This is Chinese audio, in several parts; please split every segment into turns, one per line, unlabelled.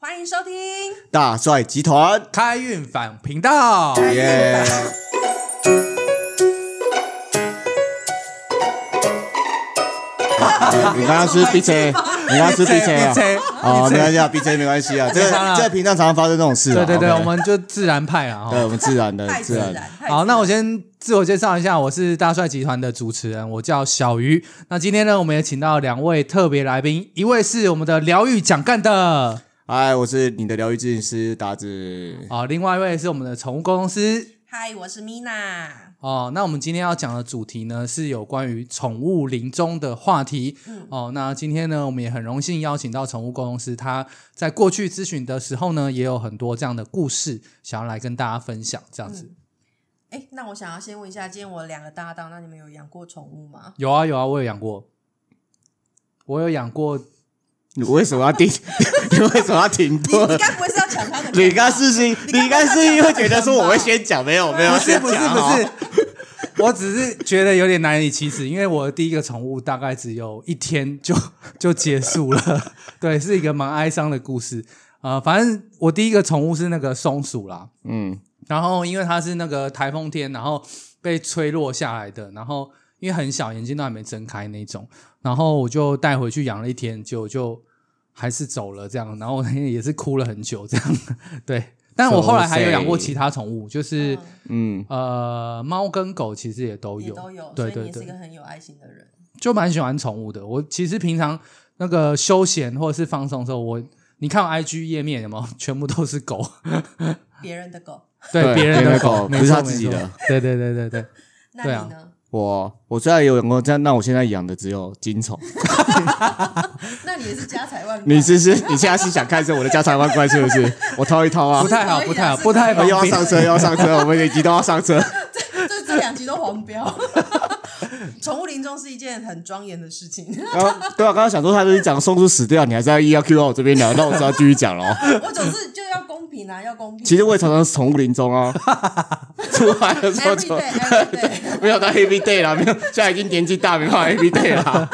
欢迎收听，
大帅集团，
开运反频道，
哎耶、你刚刚是 B J，你刚刚是 B J 啊？哦，没关系啊，B J 没关系啊，这个
没差啦
这个频道常常发生这种事啊。
对对对，
OK
我们就自然派啊。
对
哈
我们自然 的
太自
自
然，
然。
太自然
好，那我先自我介绍一下，我是大帅集团的主持人，我叫小鱼。那今天呢，我们也请到两位特别来宾，一位是我们的疗愈蒋干的，
嗨，我是你的疗愈咨询师达子。
哦，另外一位是我们的宠物公司。
嗨，我是 Mina，
哦，那我们今天要讲的主题呢，是有关于宠物临终的话题。哦，那今天呢，我们也很荣幸邀请到宠物公司，他在过去咨询的时候呢，也有很多这样的故事想要来跟大家分享。这样子，
哎，那我想要先问一下，今天我两个搭档，那你们有养过宠物 吗？
有啊有啊，我有养过，我有养过，
你为什么要停？ 你为什么要停
你你
顿？
该不会是要抢他的狗吧？
你刚是不是？你刚是因为觉得说我会先讲，没有没有，
不是
先
不是
讲
不
哦
是，我只是觉得有点难以启齿，因为我的第一个宠物大概只有一天就就结束了，对，是一个蛮哀伤的故事。呃，反正我第一个宠物是那个松鼠啦，
嗯，
然后因为它是那个台风天，然后被吹落下来的，然后因为很小，眼睛都还没睁开那种，然后我就带回去养了一天，结果就还是走了这样，然后 我那天也是哭了很久这样，对。但我后来还有养过其他宠物，就是、
嗯，
呃，猫跟狗其实也都
也
有，
都有，
对
所以你
对
也是一个
对，
很有爱心的人。
就蛮喜欢宠物的。我其实平常那个休闲或者是放松的时候，我你看我 IG 页面有没有，全部都是狗，
别人的狗，
对
别人
别人的
狗，
狗
没
不是
错
他自己，
没
的
错对对对对对，
那
对啊
你呢？
我我虽然有养过，但那我现在养的只有金虫。
那你也是家财万贯，
你是是，你现在是想看是我的家财万贯是不 是？我掏一掏啊
不！太好，不太好，
是
不太
可啊
我
方
又要
便。
上 车，又要上车，我们每集都要上车。
这这两集都黄标。 宠物临终是一件很庄严的事情，
然后对啊，刚刚想说他就是讲松鼠死掉，你还是要硬要 Q 到我这边聊，那我知道继续 讲喽。
我总是就要公平啊，要公平。
其实我也常常宠物临终 啊，出来的时候
every
就
day every day，
没有到 A B day 啦，没有，现在已经年纪大，没办法 A B day 啦，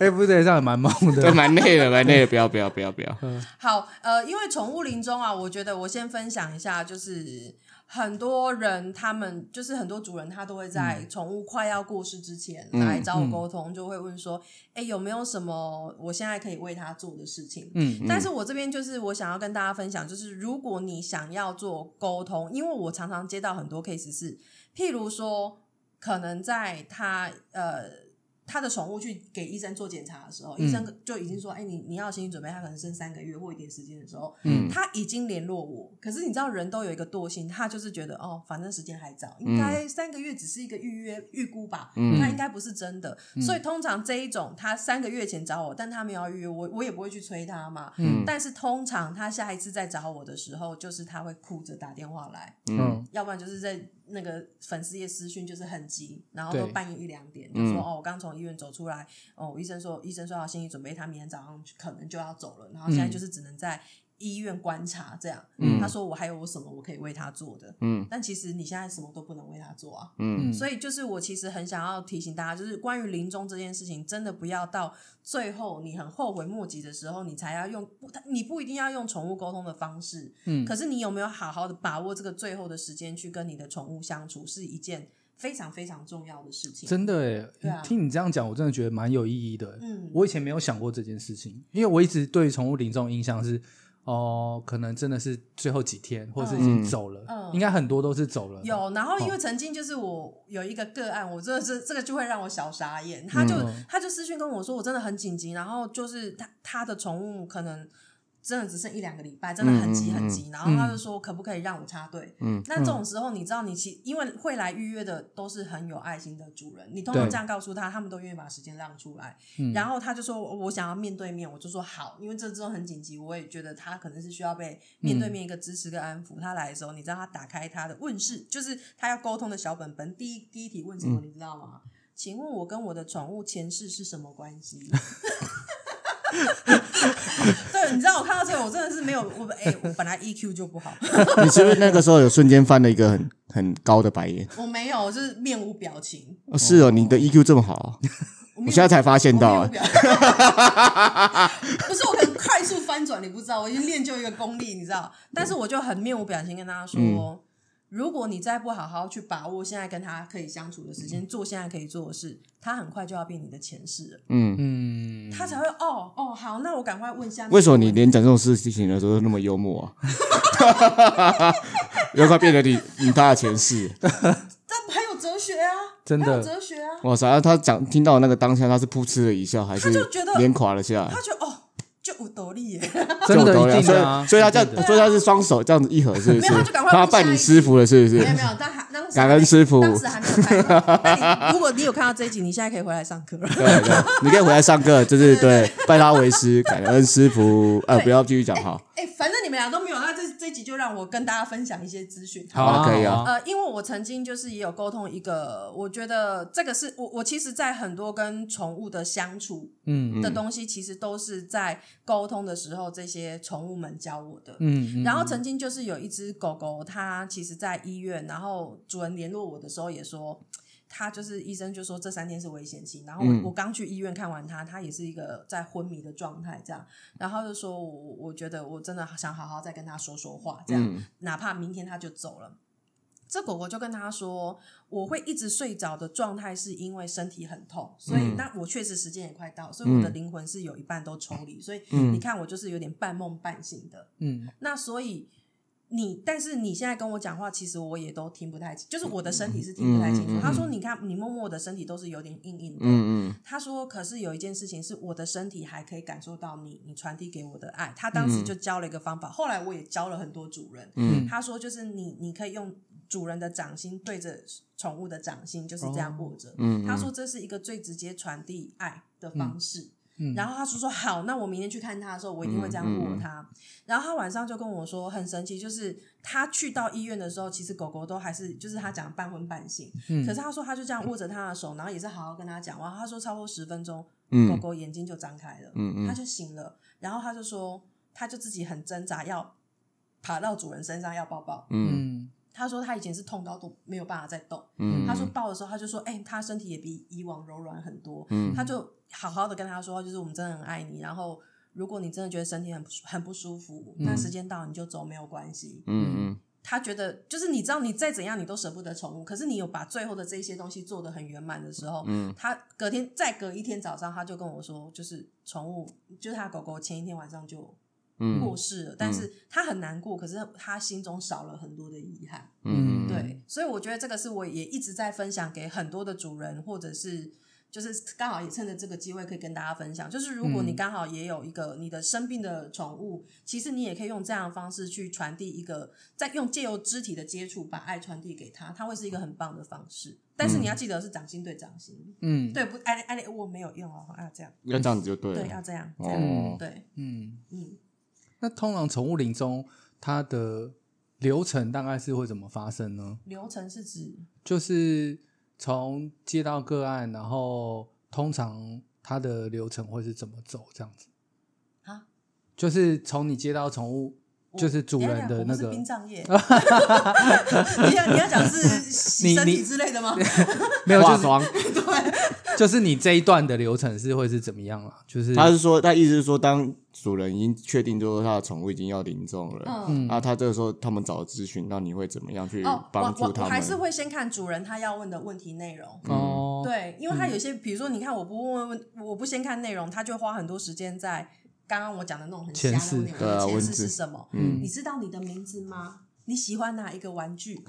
哎，不对，这样也蛮猛
对，
的。
蛮累的，蛮累的，不要不要不要不要，
好，呃，因为宠物临终啊，我觉得我先分享一下，就是很多人他们就是很多主人他都会在
嗯
宠物快要过世之前来找我沟通，就会问说，哎、有没有什么我现在可以为他做的事情？
嗯，
但是我这边就是我想要跟大家分享，就是如果你想要做沟通，因为我常常接到很多 case 是，譬如说，可能在他呃他的宠物去给医生做检查的时候，医生就已经说，哎、你你要心理准备，他可能剩三个月或一点时间的时候，
嗯
他已经联络我，可是你知道人都有一个惰性，他就是觉得哦，反正时间还早，应该三个月只是一个预约预估吧，那应该不是真的。所以通常这一种，他三个月前找我，但他没有要预约，我我也不会去催他嘛。
嗯
但是通常他下一次再找我的时候，就是他会哭着打电话来，
嗯，
要不然就是在那个粉丝页私讯就是很急，然后都
对
半夜一两点，就
嗯
说哦，我刚从医院走出来，哦，医生说医生说要心理准备，他明天早上可能就要走了，然后现在就是只能在医院观察这样。
嗯
他说我还有什么我可以为他做的，
嗯
但其实你现在什么都不能为他做啊。
嗯
嗯
所以就是我其实很想要提醒大家，就是关于临终这件事情，真的不要到最后你很后悔莫及的时候，你才要用不，你不一定要用宠物沟通的方式，
嗯
可是你有没有好好的把握这个最后的时间去跟你的宠物相处，是一件非常非常重要的事情。
真的
对
哎
啊，
听你这样讲，我真的觉得蛮有意义的。
嗯，
我以前没有想过这件事情，因为我一直对宠物临终印象是，哦，可能真的是最后几天，或者是已经
嗯
走了，
嗯
应该很多都是走了。
有，然后因
哦
为曾经就是我有一个个案，我真的是这个就会让我小傻眼，他就、
嗯
他就私讯跟我说，我真的很紧急，然后就是他他的宠物可能。真的只剩一两个礼拜，真的很急很急。然后他就说，可不可以让我插队？
嗯，
那这种时候，你知道，你其因为会来预约的都是很有爱心的主人，你通常
对
这样告诉他，他们都愿意把时间让出来。
嗯
然后他就说，我想要面对面，我就说好，因为这真的很紧急，我也觉得他可能是需要被
嗯
面对面一个支持跟安抚。他来的时候，你知道他打开他的问世，就是他要沟通的小本本，第一第一题问什
嗯
么，你知道吗？请问我跟我的宠物前世是什么关系？ 对，你知道我看到这个，我真的是没有我哎、我本来 EQ 就不好，
你是不是那个时候有瞬间翻了一个很很高的白眼？
我没有，就是面无表情，
哦是哦，你的 EQ E 这么好，
我没
我
有
现在才发现到啊
我没有表 不是我可能快速翻转，你不知道，我已经练就一个功力，你知道。但是我就很面无表情跟大家说，
嗯
如果你再不好好去把握现在跟他可以相处的时间，做现在可以做的事，他很快就要变你的前世了，
嗯，
嗯，
他才会哦哦好，那我赶快问一下，
为什么你连讲这种事情的时候都那么幽默啊？又快变得你你他的前世，
但很有哲学啊，
真的
很有哲学啊，
哇塞！他讲听到那个当下，他是噗嗤了一笑，还
他
是
就觉得
脸垮了下来
他，觉得哦就有道理耶。
真的
就我懂了
一定
所以
的啊，
所以他这
真的
样，所以他是双手这样子一合，是不
没
是
有他就赶？快
他
问下
拜你
一
师傅了，是不是
没有？没有，但还当时
感
还
恩
没
师傅
当时还没有开放。那你如果你有看到这一集，你现在可以回来上 课了。
对对，你可以回来上课，就是对，拜他为师，感恩师傅。呃，
对
不要继续讲哈，
哎、反正你们俩都没有，那这这一集就让我跟大家分享一些资讯。
好
好啊可以啊
呃，因为我曾经就是也有沟通一个，我觉得这个是我我其实，在很多跟宠物的相处
嗯
的东西，其实都是在沟通的时候，这些宠物们教我的。
嗯，嗯
然后曾经就是有一只狗狗，它其实在医院，然后主人联络我的时候也说，它就是医生就说这三天是危险期。然后我、
嗯
我刚去医院看完它，它也是一个在昏迷的状态这样。然后就说我我我觉得我真的想好好再跟它说说话这样，
嗯
哪怕明天它就走了。这狗狗就跟他说：“我会一直睡着的状态，是因为身体很痛，所以、
嗯
那我确实时间也快到，所以我的
嗯
灵魂是有一半都抽离，所以
嗯
你看我就是有点半梦半醒的。
嗯
那所以你，但是你现在跟我讲话，其实我也都听不太清，就是我的身体是听不太清楚。
嗯嗯嗯嗯
他说：“你看，你摸摸我的身体都是有点硬硬的。
嗯嗯
他说：“可是有一件事情是我的身体还可以感受到你，你传递给我的爱。”他当时就教了一个方法，后来我也教了很多主人。
嗯
他说：“就是你，你可以用主人的掌心对着宠物的掌心，就是这样握着。
嗯，
他说这是一个最直接传递爱的方式。
嗯
然后他说说好，那我明天去看他的时候，我一定会这样
嗯
握他。然后他晚上就跟我说很神奇，就是他去到医院的时候，其实狗狗都还是就是他讲半昏半醒，
嗯
可是他说他就这样握着他的手，然后也是好好跟他讲话。他说超过十分钟，
嗯
狗狗眼睛就张开了，
嗯嗯
他就醒了。然后他就说，他就自己很挣扎，要爬到主人身上要抱抱。
嗯
嗯
他说他以前是痛到都没有办法再动。
嗯，
他说抱的时候，他就说：“哎、他身体也比以往柔软很多。
嗯
他就好好的跟他说，就是我们真的很爱你。然后，如果你真的觉得身体很不舒很不舒服，那时间到你就走没有关系。
嗯
他觉得就是你知道，你再怎样你都舍不得宠物，可是你有把最后的这些东西做得很圆满的时候，
嗯
他隔天再隔一天早上，他就跟我说，就是宠物，就是他狗狗前一天晚上就
嗯
过世了，但是他很难过，可是他心中少了很多的遗憾。
嗯嗯，
对，所以我觉得这个是我也一直在分享给很多的主人，或者是就是刚好也趁着这个机会可以跟大家分享，就是如果你
嗯
刚好也有一个你的生病的宠物，其实你也可以用这样的方式去传递一个，在用借由肢体的接触把爱传递给他，它会是一个很棒的方式。但是你要
嗯
记得是掌心对掌心，
嗯
对不？爱爱我没有用哦，啊这样，
要这样子就对
对，
了。
要这样，这样，
哦，
对，
嗯，
嗯，
那通常宠物临终它的流程大概是会怎么发生呢？
流程是指
就是从接到个案，然后通常它的流程会是怎么走这样子？
啊，
就是从你接到宠物，
我
就是主人
等一下
的那
我们是
个
殡葬 业，你要你要讲是洗身体之类的吗？
没有，
化
就是
妆，
就是你这一段的流程是会是怎么样啦？就是
他是说，他意思是说，当主人已经确定说他的宠物已经要临终了，
嗯，
那他这个时候他们找咨询，那你会怎么样去
哦，我
帮
我
助
我
他
还是
们？
会先看主人他要问的问题内容。
哦，
对，因为他有些，比如说，你看，我不问问，我不先看内容，他就花很多时间在刚刚我讲的那种很瞎
前世
的内容。
对啊
前
文
世是
字
什么？
嗯
你知道你的名字吗？你喜欢哪一个玩 具？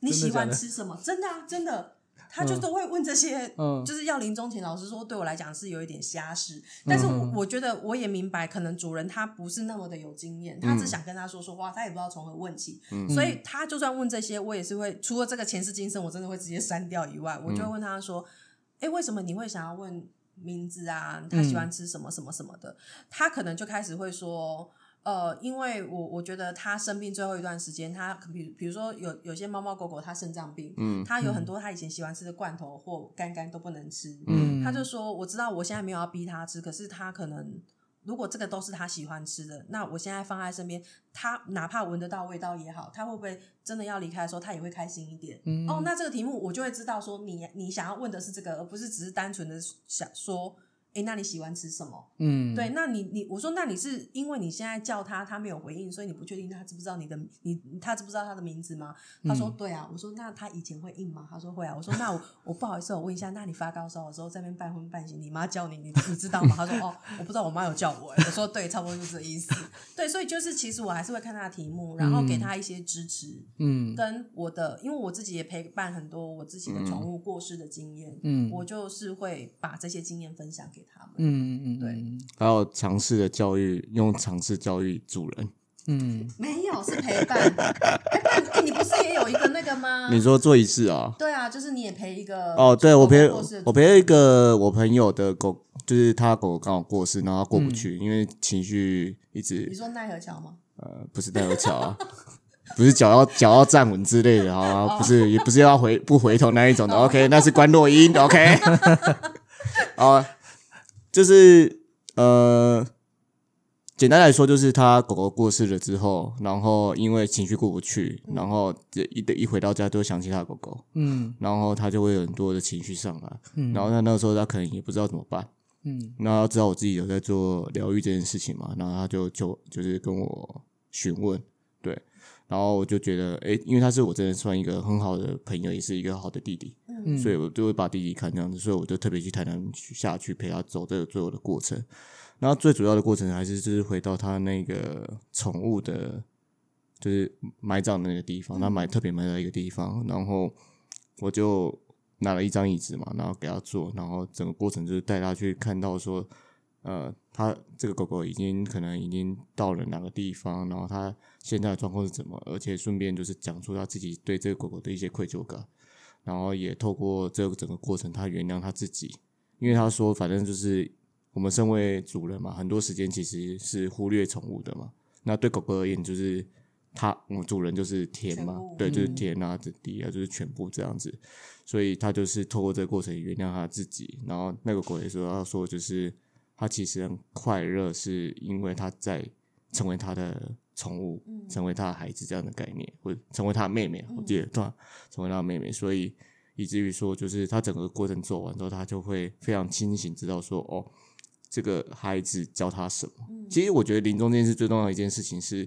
你
真的
喜欢
假的
吃什么？真的啊，真的，他就都会问这些。
嗯
就是要临终前，老师说对我来讲是有一点瞎事，但是
嗯
我我觉得我也明白，可能主人他不是那么的有经
嗯
验，他只想跟他说说话，他也不知道从何问起，所以他就算问这些，我也是会除了这个前世今生，我真的会直接删掉以
嗯
外，我就会问他说，哎、为什么你会想要问名字啊？他喜欢
嗯
吃什么什么什么的？他可能就开始会说，呃，因为我我觉得他生病最后一段时间，他比比如说有有些猫猫狗狗它肾脏病，
嗯
它有很多它以前喜欢吃的罐头或干干都不能吃，
嗯
他就说我知道我现在没有要逼他吃，可是他可能如果这个都是他喜欢吃的，那我现在放在身边，他哪怕闻得到味道也好，他会不会真的要离开的时候，他也会开心一点？
嗯
哦，那这个题目我就会知道说你你想要问的是这个，而不是只是单纯的想说，诶，那你喜欢吃什么？
嗯，
对，那你你我说，那你是因为你现在叫他，他没有回应，所以你不确定他知不知道你的你他知不知道他的名字吗？他
嗯
说、对啊，我说那他以前会应吗？他说会啊，我说那我我不好意思，我问一下，那你发高烧的时候在那边半昏半醒，你妈叫你，你你知道吗？他说哦，我不知道，我妈有叫我、欸。我说对，差不多就这意思。对，所以就是其实我还是会看他的题目，然后给他一些支持。
嗯
跟我的，因为我自己也陪伴很多我自己的宠物过世的经验，
嗯
我就是会把这些经验分享给他们。
嗯嗯，
对
嗯，
还有尝试的教育，用尝试教育主人。
嗯，
没有，是陪伴。 哎、不然哎你不是也有一个那个吗？
你说做仪式啊？
对啊，就是你也陪一个
哦，对，我陪
过世的
我陪了一个我朋友的狗，就是他狗刚好过世，然后他过
嗯
不去，因为情绪一
你
直
说奈何桥吗？
呃，不是带有桥啊， 不是脚要脚要站稳之类的啊，不是也不是要回不回头那一种的。OK，那是关洛音。OK，啊，就是呃，简单来说，就是他狗狗过世了之后，然后因为情绪过不去，然后这一一回到家都会想起他的狗狗。
嗯
然后他就会有很多的情绪上来，
嗯
然后他那个时候他可能也不知道怎么办，
嗯
那他知道我自己有在做疗愈这件事情嘛，然后他就就就是跟我询问，对，然后我就觉得，诶，因为他是我真的算一个很好的朋友，也是一个好的弟弟，
嗯
所以我就会把弟弟看这样子，所以我就特别去台南去下去陪他走这个最后的过程，然后最主要的过程还是就是回到他那个宠物的，就是埋葬的那个地方，他埋特别埋在一个地方，然后我就拿了一张椅子嘛，然后给他坐，然后整个过程就是带他去看到说，呃，他这个狗狗已经可能已经到了哪个地方，然后它现在的状况是怎么，而且顺便就是讲出他自己对这个狗狗的一些愧疚感，然后也透过这个整个过程，他原谅他自己，因为他说反正就是我们身为主人嘛，很多时间其实是忽略宠物的嘛，那对狗狗而言就是。它，我们主人就是天嘛
全部，
对，就是
嗯
天啊，这地啊，就是全部这样子。所以他就是透过这个过程原谅他自己。然后那个狗也说，他说就是他其实很快乐，是因为他在成为他的宠物，
嗯
成为他的孩子这样的概念，或者成为他的妹妹。我记得对吧，成为他的妹妹，所以以至于说，就是他整个过程做完之后，他就会非常清醒，知道说哦，这个孩子教他什么。
嗯
其实我觉得临终这件事最重要的一件事情是，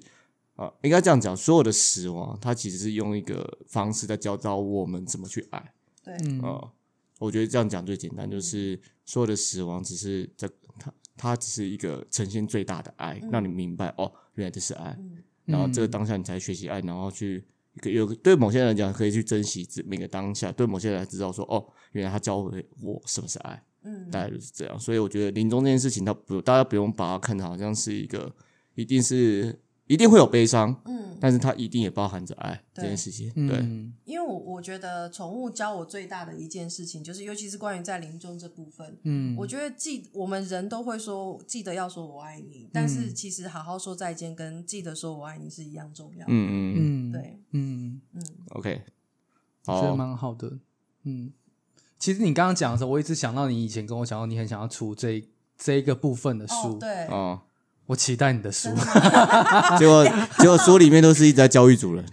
啊、应该这样讲，所有的死亡，它其实是用一个方式在教导我们怎么去爱。
对，
嗯
啊、我觉得这样讲最简单，就是所有的死亡只是在它，它只是一个呈现最大的爱，让你明白哦，原来这是爱。
嗯
然后这个当下你才学习爱，然后去有对某些人来讲可以去珍惜这每个当下，对某些人来知道说哦，原来他教会我什么是爱。
嗯
大概就是这样。所以我觉得临终这件事情，它不，大家不用把它看成好像是一个，一定是一定会有悲伤，
嗯，
但是它一定也包含着爱这件事情。对，
嗯
因为我我觉得宠物教我最大的一件事情，就是尤其是关于在临终这部分，
嗯，
我觉得记我们人都会说记得要说我爱你，但是其实好好说再见跟记得说我爱你是一样重要。
嗯嗯嗯
嗯
对，
嗯，
嗯，
，OK，
觉得
好，
蛮好的，嗯。其实你刚刚讲的时候，我一直想到你以前跟我讲到你很想要出这一这一个部分的
哦
书，
对，
哦，
我期待你的书
真。的吗？
结果结果书里面都是一直在教育主人，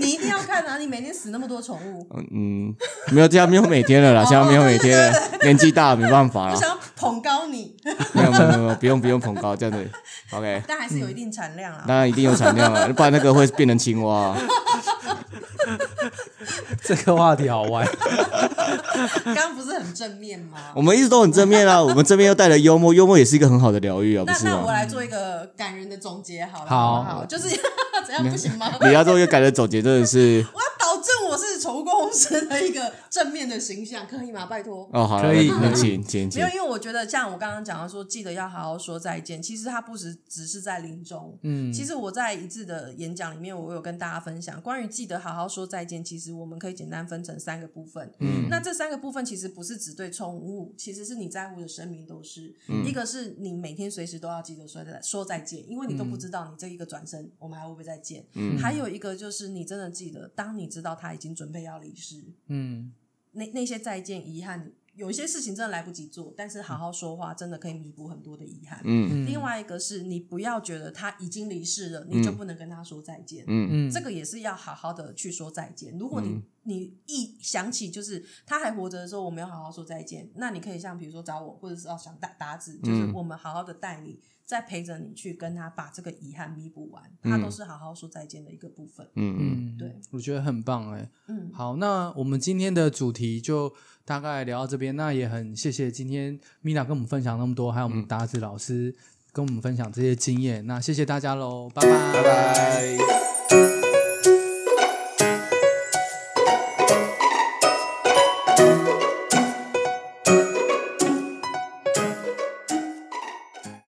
你一定要看啊！你每天死那么多宠物，
嗯，没有这样没有每天
哦
了啦，现在没有每天了，年纪大没办法
我
啦，
想要捧高你，
没有没有没有没有，不用不用捧高这样子，OK，
但还是有一定产量啦。
当然一定有产量啊了，不然那个会变成青蛙啊。
这个话题好玩，
刚刚不是很正面吗？
我们一直都很正面啊，我们这边又带了幽默，幽默也是一个很好的疗愈啊，不
那
是
那我
吗？
来做一个感人的总结好了，
好
好不好？就是 怎样不行吗？
你要做一个感人总结，真的是
我要保证我是宠物公公司的一个正面的形象，可以吗？拜托。
哦，好了，
可以
那
可以
请请
没
请
有，，因为我觉得像我刚刚讲到说，记得要好好说再见。其实它不只只是在临终，
嗯
其实我在一次的演讲里面，我有跟大家分享关于记得好好说再见。其实我们可以简单分成三个部分。
嗯
那这三个部分其实不是只对宠物，其实是你在乎的生命都是。
嗯
一个是你每天随时都要记得说再说再见，因为你都不知道你这一个转身，我们还会不会再见。
嗯
还有一个就是你真的记得，当你知道他已经准备要离世，
嗯
那那些再见、遗憾、有一些事情真的来不及做，但是好好说话真的可以弥补很多的遗憾。
嗯
嗯
另外一个是你不要觉得他已经离世了，你就不能跟他说再见。
嗯
嗯，
这个也是要好好的去说再见。如果你、
嗯
你一想起就是他还活着的时候，我没有好好说再见，那你可以像比如说找我，或者是要哦想打打字，就是
嗯
我们好好的带你，再陪着你去跟他把这个遗憾弥补完，他
嗯
都是好好说再见的一个部分。
嗯嗯，
嗯，
对，
我觉得很棒哎、
嗯，
好，那我们今天的主题就大概聊到这边。那也很谢谢今天米娜跟我们分享那么多，还有我们达子老师跟我们分享这些经验。那谢谢大家喽，拜拜
拜拜。